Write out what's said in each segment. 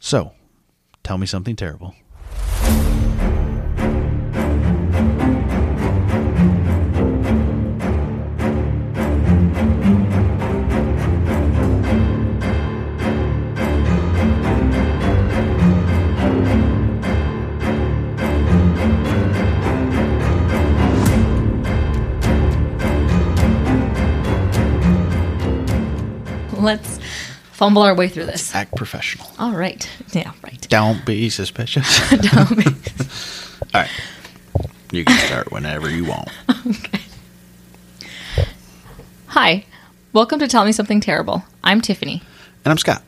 So, tell me something terrible. Let's fumble our way through this. Act professional. All right. Yeah, right. Don't be suspicious. Don't be- All right. You can start whenever you want. Hi. Welcome to Tell Me Something Terrible. I'm Tiffany, And I'm Scott.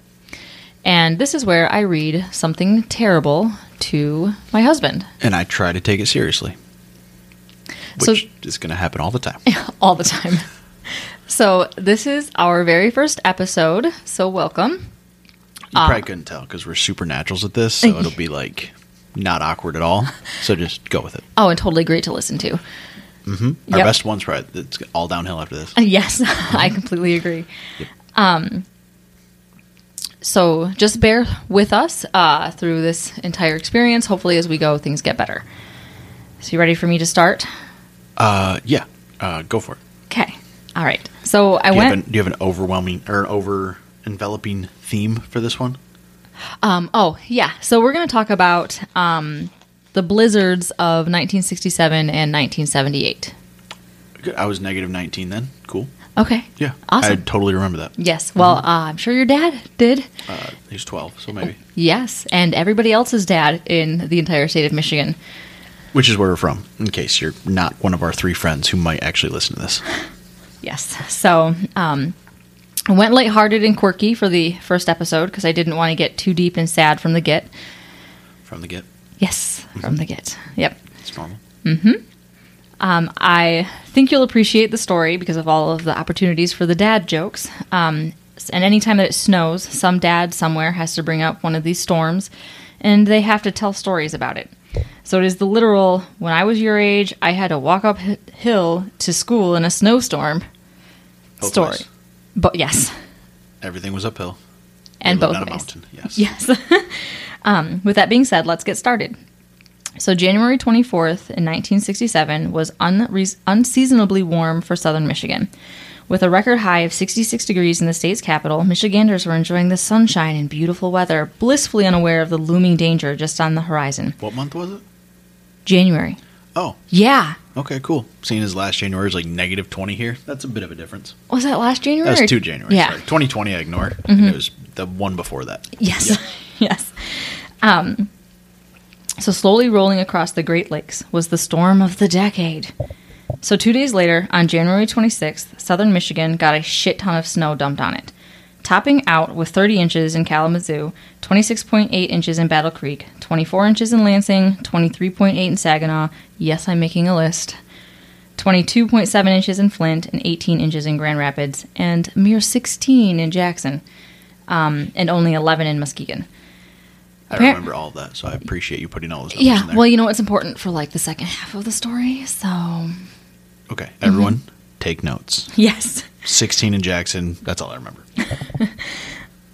and this is where I read something terrible to my husband And I try to take it seriously, So- which is going to happen all the time. all the time. So, this is our very first episode. So, welcome. You Ah. probably couldn't tell because we're supernaturals at this, so it'll be like not awkward at all. So just go with it. Oh, and totally great to listen to. Our Yep. best one's probably it's all downhill after this. Uh, Yes, I completely agree. Um, so just bear with us uh, through this entire experience. Hopefully, as we go, things get better. So, you ready for me to start? Uh, yeah, uh, go for it. Okay. All right. So I Do you, have an, went. do you have an overwhelming or over enveloping theme for this one? Um, oh, yeah. So we're going to talk about um, the blizzards of 1967 and 1978. Good. I was negative 19 then. Cool. Okay. Yeah. I Mm-hmm. Awesome. totally remember that. Yes. Well, uh, I'm sure your dad did. Uh, he's 12, so maybe. Yes, and everybody else's dad in the entire state of Michigan. Which is where we're from, in case you're not one of our three friends who might actually listen to this. Yes. So, um, I went lighthearted and quirky for the first episode because I didn't want to get too deep and sad from the get. From the get. Yes, from the get. Yep. It's normal. Um, I think you'll appreciate the story because of all of the opportunities for the dad jokes. Um, and anytime that it snows, some dad somewhere has to bring up one of these storms and they have to tell stories about it. So it is the literal when I was your age, I had to walk up hi- hill to school in a snowstorm Both story. ways. But yes, Everything was uphill. and We both lived ways. on a mountain. Yes. Yes. um, with that being said, let's get started. So, January 24th in 1967 was unre- unseasonably warm for southern Michigan. With a record high of 66 degrees in the state's capital, Michiganders were enjoying the sunshine and beautiful weather, blissfully unaware of the looming danger just on the horizon. What month was it? January. Oh, Yeah. okay, cool. Seeing as last January is like negative 20 here, that's a bit of a difference. Was that last January? That or- was two January. Yeah. Mm-hmm. Sorry. 2020, I ignore. And it was the one before that. Yes. yes. Um, so slowly rolling across the Great Lakes was the storm of the decade. So two days later, on January 26th, southern Michigan got a shit ton of snow dumped on it, topping out with 30 inches in Kalamazoo, 26.8 inches in Battle Creek, 24 inches in Lansing, 23.8 in Saginaw. Yes, I'm making a list. 22.7 inches in Flint and 18 inches in Grand Rapids, and mere 16 in Jackson, um, and only 11 in Muskegon. I Appar- remember all of that, so I appreciate you putting all those numbers in Yeah, there. well, you know, it's important for like the second half of the story. So, okay, everyone, mm-hmm. take notes. yes. 16 in Jackson, that's all I remember.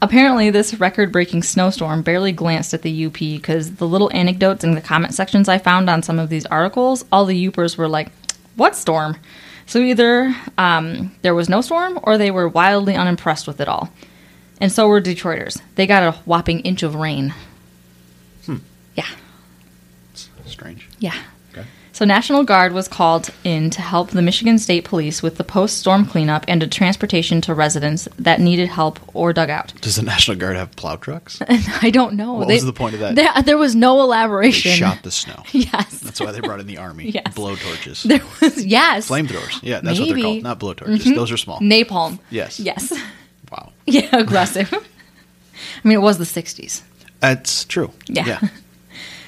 Apparently, this record breaking snowstorm barely glanced at the UP because the little anecdotes in the comment sections I found on some of these articles, all the Upers were like, What storm? So either um, there was no storm or they were wildly unimpressed with it all. And so were Detroiters. They got a whopping inch of rain. Hmm. Yeah, It's strange. yeah. Okay. So, National Guard was called in to help the Michigan State Police with the post storm cleanup and to transportation to residents that needed help or dugout. Does the National Guard have plow trucks? I don't know. What was the point of that? There, there was no They elaboration. shot the snow. Yes. That's why they brought in the army. Yes. Blow torches. There was yes. Flamethrowers. Yeah, that's what Maybe. they're called. Not blow torches. Mm-hmm. Those are small. Napalm. Yes. Yes. wow. Yeah, aggressive. I mean, it was the 60s. That's true. Yeah.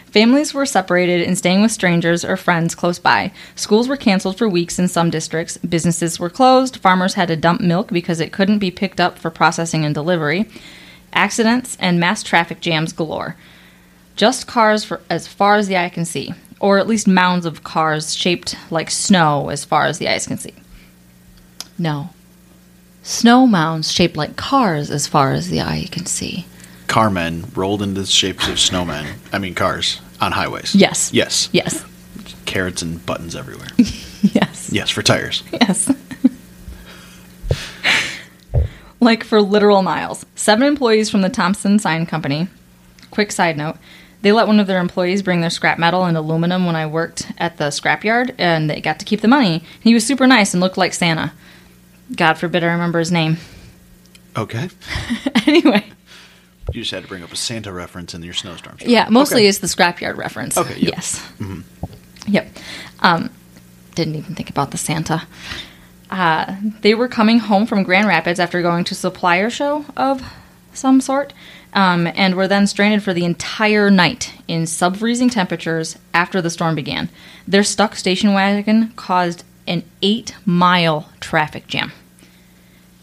Families were separated and staying with strangers or friends close by. Schools were canceled for weeks in some districts. Businesses were closed. Farmers had to dump milk because it couldn't be picked up for processing and delivery. Accidents and mass traffic jams galore. Just cars for as far as the eye can see, or at least mounds of cars shaped like snow as far as the eyes can see. No. Snow mounds shaped like cars as far as the eye can see. carmen rolled into the shapes of snowmen. I mean cars on highways. Yes. Yes. Yes. Carrots and buttons everywhere. Yes. yes, for tires. Yes. like for literal miles. Seven employees from the Thompson Sign Company. Quick side note. They let one of their employees bring their scrap metal and aluminum when I worked at the scrapyard, and they got to keep the money. He was super nice and looked like Santa. God forbid I remember his name. Okay. anyway, You just had to bring up a Santa reference in your snowstorm. story. yeah, mostly Okay. it's the scrapyard reference. Okay, Mm-hmm. yep. Yes. Yep. Um, didn't even think about the Santa. Uh, they were coming home from Grand Rapids after going to supplier show of some sort, um, and were then stranded for the entire night in sub-freezing temperatures after the storm began. Their stuck station wagon caused an eight-mile traffic jam.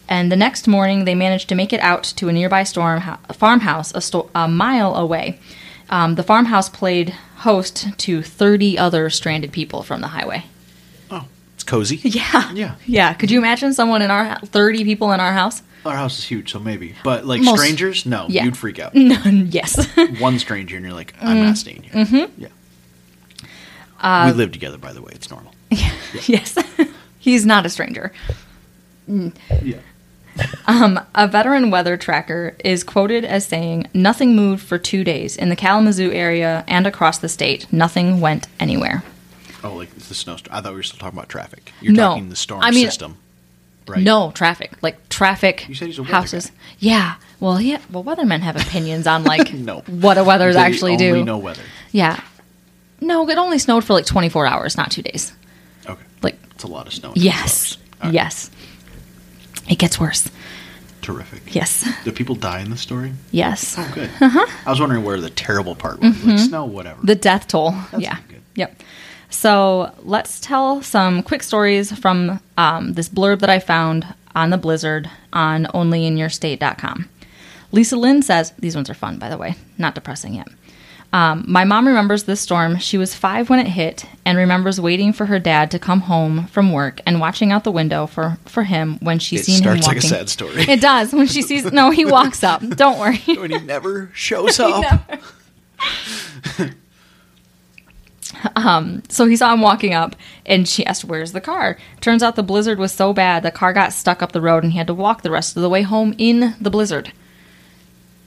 And the next morning, they managed to make it out to a nearby storm a farmhouse a, sto- a mile away. Um, the farmhouse played host to 30 other stranded people from the highway. Oh, it's cozy. Yeah. Yeah. Yeah. Could you imagine someone in our 30 people in our house? Our house is huge, so maybe. But like Most- strangers, no, yeah. Mm-hmm. you'd freak out. None. Yes. One stranger, and you're like, I'm not staying here. Mm-hmm. Yeah. Uh, we live together, by the way. It's normal. yes. He's not a stranger. Yeah. A veteran weather tracker is quoted as saying, Nothing moved for two days in the Kalamazoo area and across the state. Nothing went anywhere. Oh, like it's the snowstorm. I thought we were still talking about traffic. You're No. talking the storm I mean- system, right? No traffic, like traffic. You said he's a weather houses. guy. Yeah. Well, yeah. Well, weathermen have opinions on like No. what a weather's They actually only do. know weather. Yeah. No, it only snowed for like 24 hours, not two days. Okay. Like It's a lot of snow. in yes, All right. yes. It gets worse. the storm. Terrific. Yes, Do people die in the story? yes. Oh, good. I was wondering where the terrible part was. Like snow, whatever. Mm-hmm. The death toll. yeah. not good. Yep. So let's tell some quick stories from um, this blurb that I found on the Blizzard on onlyinyourstate.com. Lisa Lynn says, these ones are fun, by the way, not depressing yet. Um, my mom remembers this storm. She was five when it hit and remembers waiting for her dad to come home from work and watching out the window for, for him when she It seen him starts walking. like a sad story. It does. When she sees, no, he walks up. Don't worry. when he never shows up. So he saw him walking up, and she asked, "Where's the car?" Turns out the blizzard was so bad the car got stuck up the road, and he had to walk the rest of the way home in the blizzard.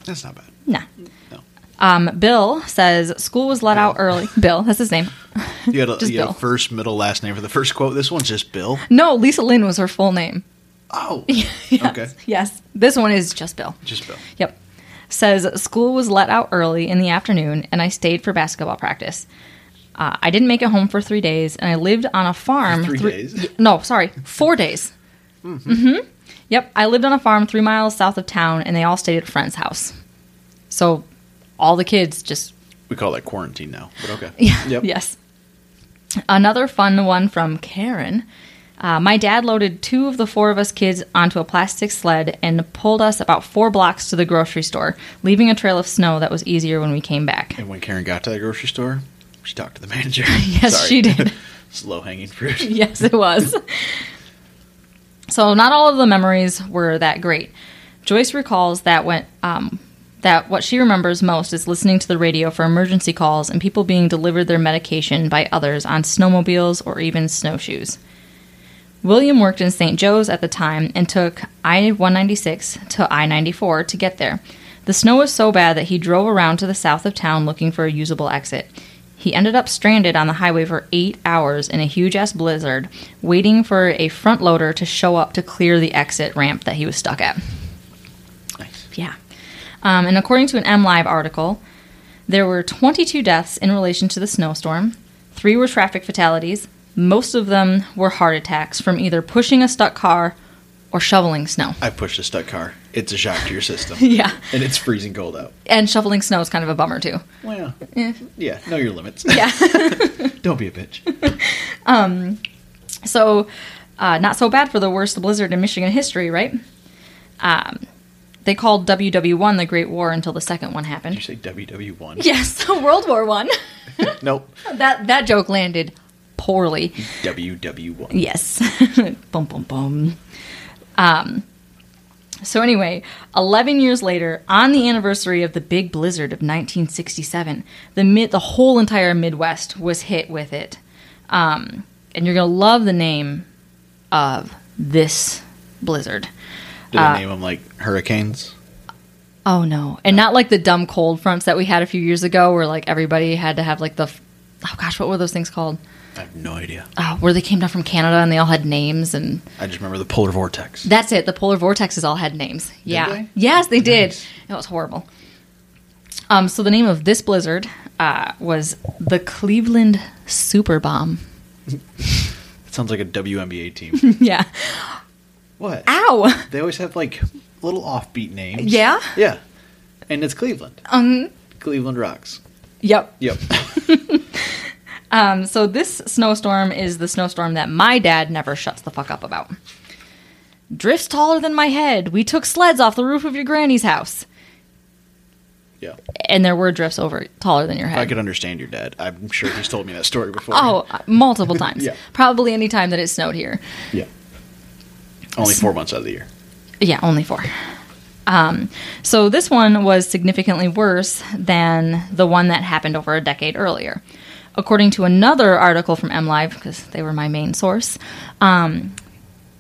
That's not bad. Nah. No. Um, Bill says school was let out early. Bill, that's his name. You had a, Just you had a Bill. first, middle, last name for the first quote. This one's just Bill. No, Lisa Lynn was her full name. Oh. Yes. Okay. Yes. This one is just Bill. Just Bill. Yep. Says school was let out early in the afternoon, and I stayed for basketball practice. Uh, I didn't make it home for three days, and I lived on a farm. Three three- days? Mm-hmm. y- No, sorry, four days. hmm Yep, I lived on a farm three miles south of town, and they all stayed at a friend's house. So, all the kids just We call that quarantine now, but okay. yeah. Yep. Yes. Another fun one from Karen. Uh, my dad loaded two of the four of us kids onto a plastic sled and pulled us about four blocks to the grocery store, leaving a trail of snow that was easier when we came back. And when Karen got to the grocery store, she talked to the manager. Yes, she did. it's low hanging fruit. yes, it was. so not all of the memories were that great. Joyce recalls that when um, that what she remembers most is listening to the radio for emergency calls and people being delivered their medication by others on snowmobiles or even snowshoes. William worked in St. Joe's at the time and took I 196 to I 94 to get there. The snow was so bad that he drove around to the south of town looking for a usable exit. He ended up stranded on the highway for eight hours in a huge ass blizzard, waiting for a front loader to show up to clear the exit ramp that he was stuck at. Nice. Yeah. Um, and according to an MLive article, there were 22 deaths in relation to the snowstorm. Three were traffic fatalities. Most of them were heart attacks from either pushing a stuck car or shoveling snow. I pushed a stuck car. It's a shock to your system. Yeah. And it's freezing cold out. And shoveling snow is kind of a bummer, too. Well, yeah, know your limits. Yeah. Don't be a bitch. So, uh, not so bad for the worst blizzard in Michigan history, right? Um, they called WW1 the Great War until the second one Did you happened. say WW1? Yes, World War One. Nope. that that joke landed poorly. WW1. Yes. bum bum bum. Um, So, anyway, 11 years later, on the anniversary of the big blizzard of 1967, the, mid, the whole entire Midwest was hit with it. Um, and you're going to love the name of this blizzard. Did Uh, I name them like hurricanes? Oh, no. And not like the dumb cold fronts that we had a few years ago where like everybody had to have like the. f- Oh, gosh, what were those things called? I have no idea. Uh, where they came down from Canada and they all had names and. I just remember the polar vortex. That's it. The polar vortexes all had names. yeah. they? Yes, they did. Nice. It was horrible. Um, so the name of this blizzard uh, was the Cleveland Super Bomb. It sounds like a WNBA team. yeah. what? Ow. They always have like little offbeat names. Yeah. Yeah. And it's Cleveland. Um. Cleveland Rocks. Yep. Yep. Um, so this snowstorm is the snowstorm that my dad never shuts the fuck up about. Drifts taller than my head. We took sleds off the roof of your granny's house, yeah. and there were drifts over taller than your If I head. could understand your dad, I'm sure he's told me that story before. Oh, uh, multiple times. Yeah. Probably any time that it snowed here. Yeah. Only four months out of the year. Yeah, only four. Um, so this one was significantly worse than the one that happened over a decade earlier. According to another article from MLive, because they were my main source, um,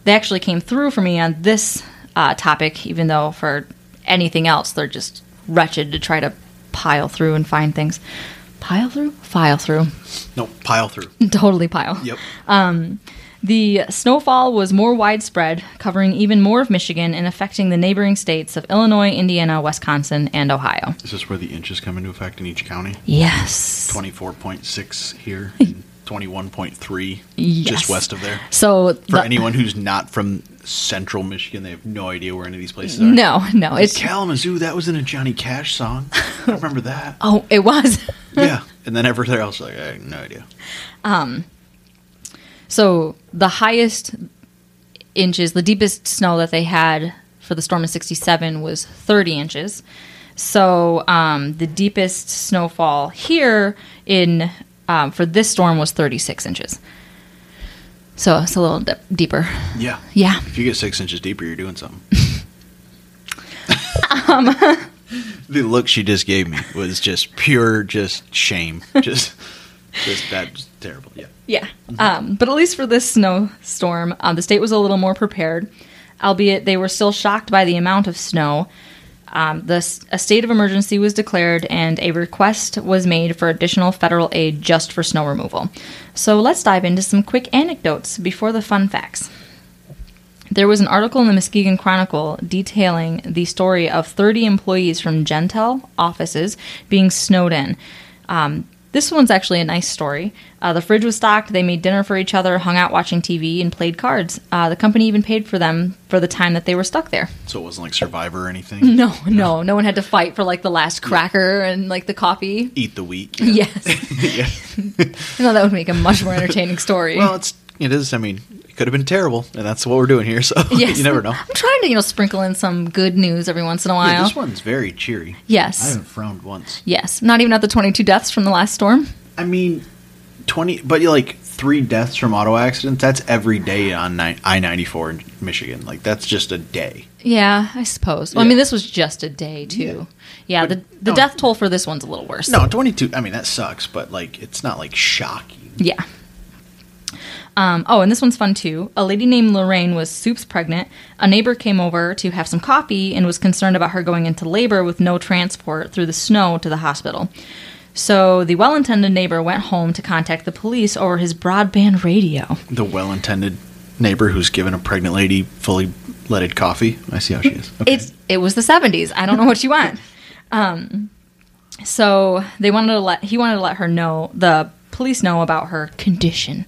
they actually came through for me on this uh, topic, even though for anything else, they're just wretched to try to pile through and find things. Pile through? File through. No, pile through. totally pile. Yep. The snowfall was more widespread, covering even more of Michigan and affecting the neighboring states of Illinois, Indiana, Wisconsin, and Ohio. Is this where the inches come into effect in each county? Yes. 24.6 here and 21.3 Yes. just west of there. So For the- anyone who's not from central Michigan, they have no idea where any of these places are. No, no, it's Kalamazoo, that was in a Johnny Cash song. I remember that. oh, it was. yeah. And then everywhere else, like, I have no idea. So the highest inches, the deepest snow that they had for the storm in 67 was 30 inches. So um, the deepest snowfall here in um, for this storm was 36 inches. So it's a little dip deeper. Yeah. Yeah. If you get six inches deeper, you're doing something. Um. the look she just gave me was just pure, just shame. Just, just that's terrible. Yeah. Yeah. Um, but at least for this snowstorm, um, the state was a little more prepared, albeit they were still shocked by the amount of snow. Um, the, s- a state of emergency was declared, and a request was made for additional federal aid just for snow removal. So let's dive into some quick anecdotes before the fun facts. There was an article in the Muskegon Chronicle detailing the story of 30 employees from Gentel offices being snowed in. Um, this one's actually a nice story. Uh, the fridge was stocked, they made dinner for each other, hung out watching TV, and played cards. Uh, the company even paid for them for the time that they were stuck there. So it wasn't like Survivor or anything. No, no, no one had to fight for like the last cracker and like the coffee. Eat the week. Yes. yeah. No, that would make a much more entertaining story. Well, it's it is. I mean, it could have been terrible, and that's what we're doing here. So Yes. you never know. I'm trying to, you know, sprinkle in some good news every once in a while. Yeah, this one's very cheery. Yes. I haven't frowned once. Yes, not even at the 22 deaths from the last storm. I mean, twenty, but you're like three deaths from auto accidents. That's every day on I ninety four in Michigan. Like that's just a day. Yeah, I suppose. Well, I mean, Yeah. this was just a day too. Yeah, But the the no. death toll for this one's a little worse. No, twenty two. I mean, that sucks, but like it's not like shocking. Yeah. Um, oh, and this one's fun too. A lady named Lorraine was soups pregnant. A neighbor came over to have some coffee and was concerned about her going into labor with no transport through the snow to the hospital. So the well intended neighbor went home to contact the police over his broadband radio. The well intended neighbor who's given a pregnant lady fully leaded coffee. I see how she is. Okay. It's it was the seventies. I don't know what you want. Um, so they wanted to let he wanted to let her know the police know about her condition.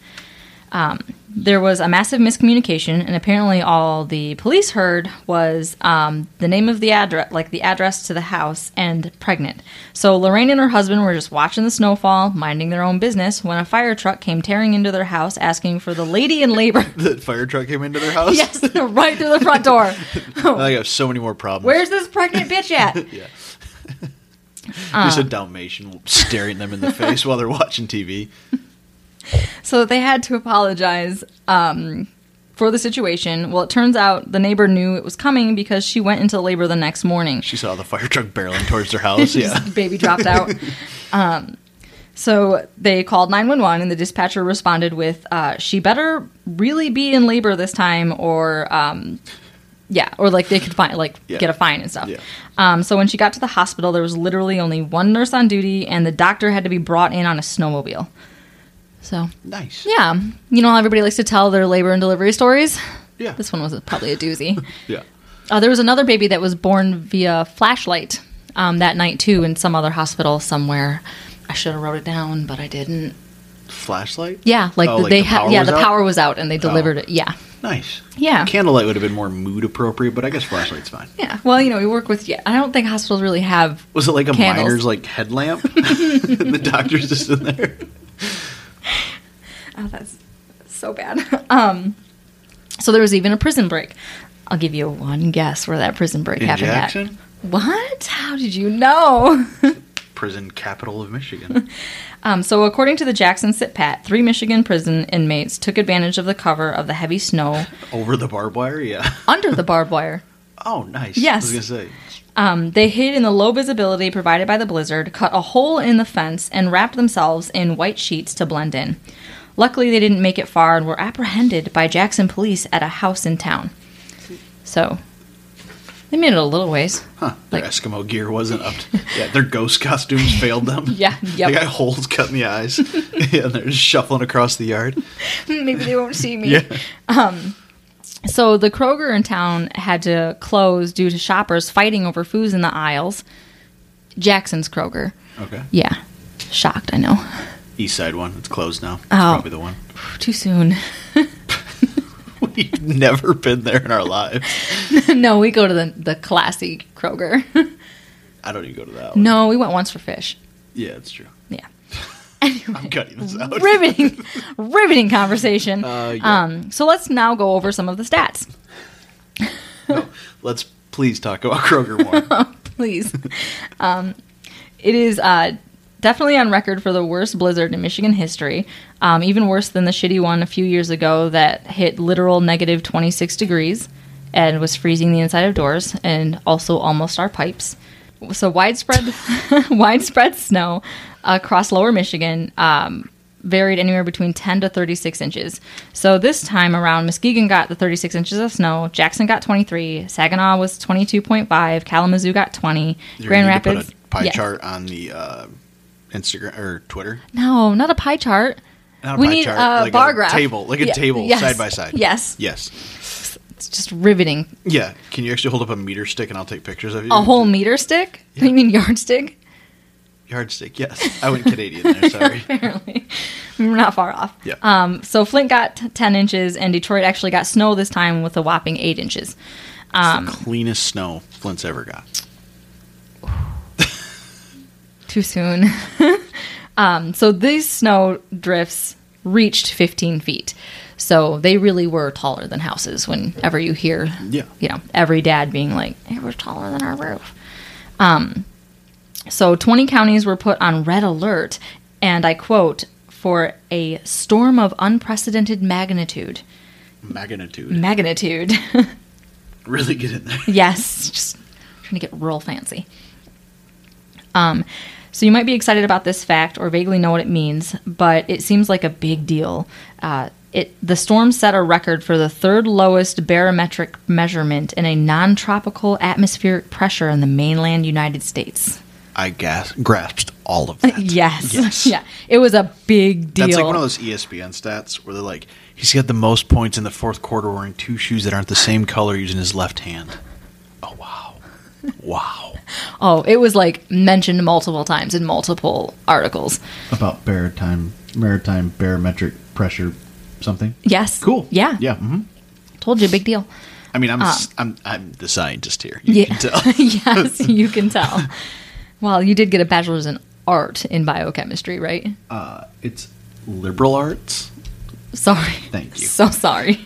Um, there was a massive miscommunication, and apparently all the police heard was um, the name of the address, like the address to the house, and pregnant. So Lorraine and her husband were just watching the snowfall, minding their own business, when a fire truck came tearing into their house, asking for the lady in labor. the fire truck came into their house. yes, right through the front door. I have so many more problems. Where's this pregnant bitch at? Yeah. Just a Dalmatian staring them in the face while they're watching TV. So they had to apologize um, for the situation. Well, it turns out the neighbor knew it was coming because she went into labor the next morning. She saw the fire truck barreling towards their house. Yeah. Just baby dropped out. um, so they called 911, and the dispatcher responded with, uh, "She better really be in labor this time, or um, yeah, or like they could find like Yeah. get a fine and stuff." Yeah. Um, so when she got to the hospital, there was literally only one nurse on duty, and the doctor had to be brought in on a snowmobile. So Nice. yeah, you know how everybody likes to tell their labor and delivery stories. Yeah. This one was probably a doozy. Yeah. Uh, there was another baby that was born via flashlight um, that night too, in some other hospital somewhere. I should have wrote it down, but I didn't. Flashlight. Yeah, like, Oh, the- like they the had. power Yeah, was the out? Oh. power was out, and they delivered it. Yeah, Nice. Yeah. Candlelight would have been more mood appropriate, but I guess flashlight's fine. yeah. Well, you know, we work with. Yeah, I don't think hospitals really have. Was it like a Candles. miner's like headlamp? the doctor's just in there. Oh, that's so bad. um, so there was even a prison break. I'll give you one guess where that prison break In happened Jackson? at. What? How did you know? Prison capital of Michigan. Um, so, according to the Jackson Sit Pat, three Michigan prison inmates took advantage of the cover of the heavy snow Over the barbed wire, yeah. under the barbed wire. Oh, nice. Yes. I was gonna say. Um, they hid in the low visibility provided by the blizzard, cut a hole in the fence, and wrapped themselves in white sheets to blend in. Luckily, they didn't make it far and were apprehended by Jackson police at a house in town. So, they made it a little ways. Huh. Their Like- Eskimo gear wasn't up. To, yeah, their ghost costumes failed them. Yeah, yep. They got holes cut in the eyes. yeah, and they're just shuffling across the yard. Maybe they won't see me. Yeah. So the Kroger in town had to close due to shoppers fighting over foods in the aisles. Jackson's Kroger. Okay. Yeah. Shocked, I know. East side one. It's closed now. It's Oh. Probably the one. Too soon. We've never been there in our lives. no, we go to the, the classy Kroger. I don't even go to that one. no, we went once for fish. Yeah, it's true. Yeah. I'm cutting this out. riveting, riveting conversation. Uh, yeah. um, so let's now go over some of the stats. No, let's please talk about Kroger more. please. um, it is uh, definitely on record for the worst blizzard in Michigan history, um, even worse than the shitty one a few years ago that hit literal negative 26 degrees and was freezing the inside of doors and also almost our pipes. So widespread, widespread snow across Lower Michigan. Um, varied anywhere between 10 to 36 inches. So this time around, Muskegon got the 36 inches of snow, Jackson got 23, Saginaw was 22.5, Kalamazoo got 20, You're Grand gonna need to Rapids. Put a pie Yes. chart on the uh, Instagram or Twitter. No, not a pie chart. Not We need a like bar a graph. table, like a Yeah, table, yes, side by side. yes. Yes. It's just riveting. Yeah. Can you actually hold up a meter stick and I'll take pictures of you? A whole meter stick? You mean yardstick? yardstick. Yes. I went Canadian there. Sorry. Apparently. We're not far off. Yeah. Um, so Flint got 10 inches, and Detroit actually got snow this time with a whopping 8 inches. Um, Cleanest snow Flint's ever got. too soon. um, so these snow drifts reached 15 feet. So they really were taller than houses whenever you hear, Yeah. you know, every dad being like, hey, we're taller than our roof. Um, so 20 counties were put on red alert, and I quote, for a storm of unprecedented magnitude. Mm. Magnitude. Magnitude. Really get in there. Yes, just trying to get real fancy. Um, so you might be excited about this fact or vaguely know what it means, but it seems like a big deal. Uh, it the storm set a record for the third lowest barometric measurement in a non-tropical atmospheric pressure in the mainland United States. I gas- grasped all of that. Yes, Yes. yeah, it was a big deal. That's like one of those E ESPN stats where they're like, he's got the most points in the fourth quarter wearing two shoes that aren't the same color using his left hand. Oh, wow. Wow. oh, it was like mentioned multiple times in multiple articles. About maritime, maritime barometric pressure something. Yes, Cool. yeah, Yeah. hmm told you, big deal. I mean, I'm, s am I'm the scientist here. You Yeah. can tell. yes, you can tell. Well, you did get a bachelor's in art in biochemistry, right? Uh, it's liberal arts. Sorry. Thank you. So sorry.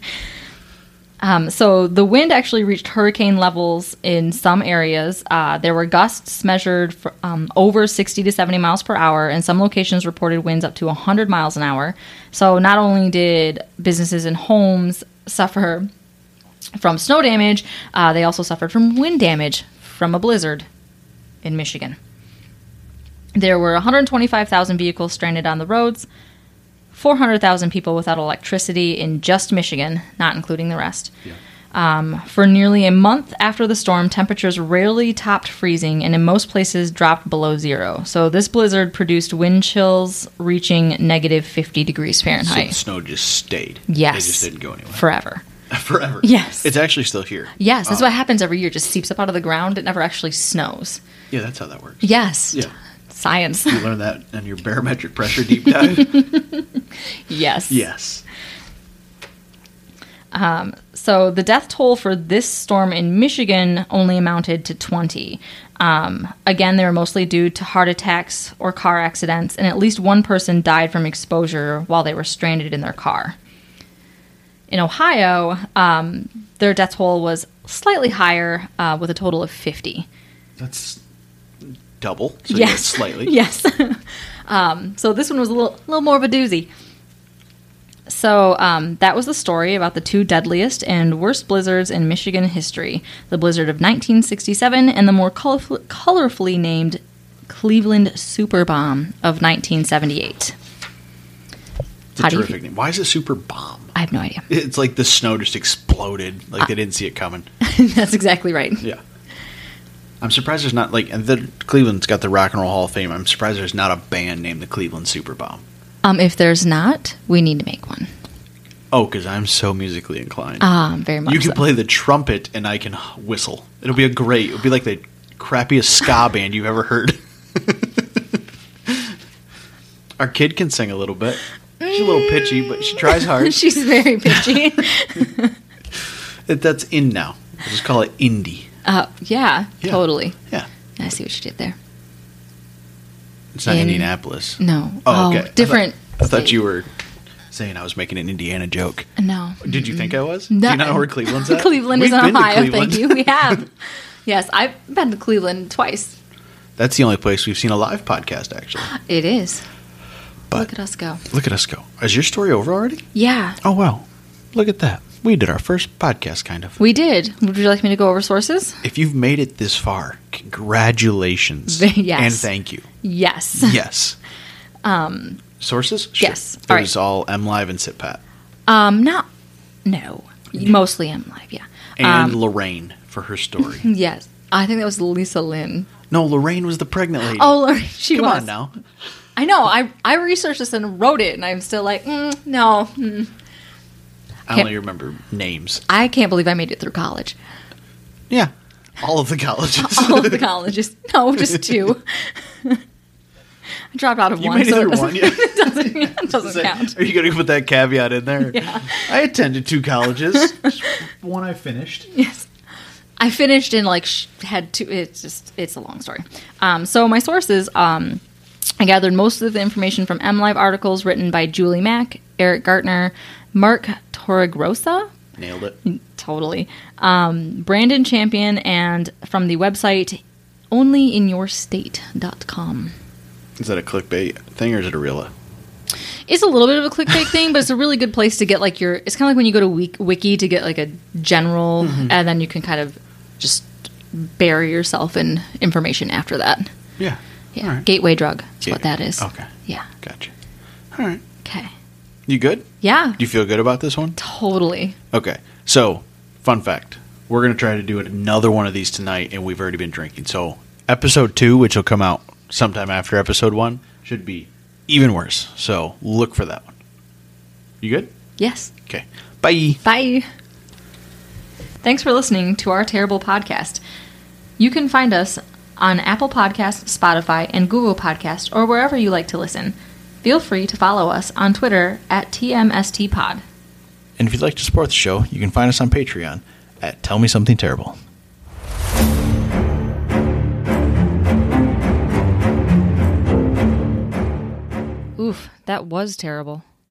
Um, so the wind actually reached hurricane levels in some areas. Uh, there were gusts measured fr um, over 60 to 70 miles per hour, and some locations reported winds up to 100 miles an hour. So not only did businesses and homes suffer from snow damage. Uh, they also suffered from wind damage from a blizzard in Michigan. There were 125,000 vehicles stranded on the roads, 400,000 people without electricity in just Michigan, not including the rest. Um, for nearly a month after the storm, temperatures rarely topped freezing and in most places dropped below zero. So this blizzard produced wind chills reaching negative 50 degrees So the Fahrenheit snow just stayed. Yes. It just didn't go anywhere. forever. Forever. Yes. It's actually still here. Yes, that's Oh. what happens every year. It just seeps up out of the ground. It never actually snows. Yeah, that's how that works. Yes. Yeah. Science. You learned that in your barometric pressure deep dive? yes. yes. So the death toll for this storm in Michigan only amounted to 20. Um, again, they were mostly due to heart attacks or car accidents, and at least one person died from exposure while they were stranded in their car. In Ohio, um, their death toll was slightly higher, uh, with a total of 50. That's double. So yeah, yes, slightly. yes. um, so this one was a little, little more of a doozy. So um, that was the story about the two deadliest and worst blizzards in Michigan history: the blizzard of 1967 and the more colorful, colorfully named Cleveland Superbomb of 1978. It's a How do you terrific name. Why is it super bomb? I have no idea. It's like the snow just exploded. Like they didn't see it coming. That's exactly right. Yeah. I'm surprised there's not like and the Cleveland's got the Rock and Roll Hall of Fame. I'm surprised there's not a band named the Cleveland Superbomb. Um, if there's not, we need to make one. Oh, because I'm so musically inclined. Um, very much. you can so. play the trumpet and I can whistle. It'll be a great. It'll be like the crappiest ska band you've ever heard. Our kid can sing a little bit. She's a little pitchy, but she tries hard. She's very pitchy. That- That's in now. We'll just call it indie. uh, yeah, Yeah. totally. Yeah. I see what you did there. It's not In- Indianapolis. No. Oh, okay. I thought- different. I thought you state. were saying I was making an Indiana joke. No. Did you think I was? No. Do you not know where Cleveland's at? Cleveland We've is in been to Ohio. Cleveland. Thank you. We have. yes, I've been to Cleveland twice. That's the only place we've seen a live podcast, actually. It is. But- Look at us go. Look at us go. Is your story over already? Yeah, Oh, wow. Look at that. We did our first podcast, kind of. we did. Would you like me to go over sources? If you've made it this far, congratulations. Yes. And thank you. Yes. Yes. um, Sources? Sure. yes. It All right. was all MLive and SitPat. Um, not. No. Mostly I'm live. Yeah. And Lorraine for her story. Yes. I think that was Lisa Lynn. no, Lorraine was the pregnant lady. Oh, Lori, she Come was. on now. I know. I I researched this and wrote it, and I'm still like, mm, no, mm. I Can't- only remember names. I can't believe I made it through college. Yeah. All of the colleges. all of the colleges. No, just two. I dropped out of You one, made it so it through doesn't, one, yeah. it doesn't, it doesn't Say, count. Are you going to put that caveat in there? I attended two colleges. Just one I finished. Yes. I finished and like sh- had two. It's just it's a long story. Um, so my sources. Um, I gathered most of the information from MLive articles written by Julie Mack, Eric Gartner, Mark Torregrosa, Nailed it. totally, um, Brandon Champion, and from the website onlyinyourstate.com. Is that a clickbait thing or is it a real? It's a little bit of a clickbait thing, but it's a really good place to get like your. It's kind of like when you go to Wik- Wiki to get like a general, Mm-hmm. and then you can kind of just bury yourself in information after that. Yeah. Yeah, All right. gateway drug is Gateway. what that is. Okay. Yeah. Gotcha. All right. Okay. You good? Do Yeah. you feel good about this one? Totally. Okay. So, fun fact. We're going to try to do another one of these tonight, and we've already been drinking. So, episode two, which will come out sometime after episode one, should be even worse. So, look for that one. You good? Yes. Okay. Bye. Bye. Thanks for listening to our terrible podcast. You can find us on Apple Podcasts, Spotify, and Google Podcasts, or wherever you like to listen. Feel free to follow us on Twitter at TMSTPod. And if you'd like to support the show, you can find us on Patreon at Tell Me Something Terrible. Oof, that was terrible.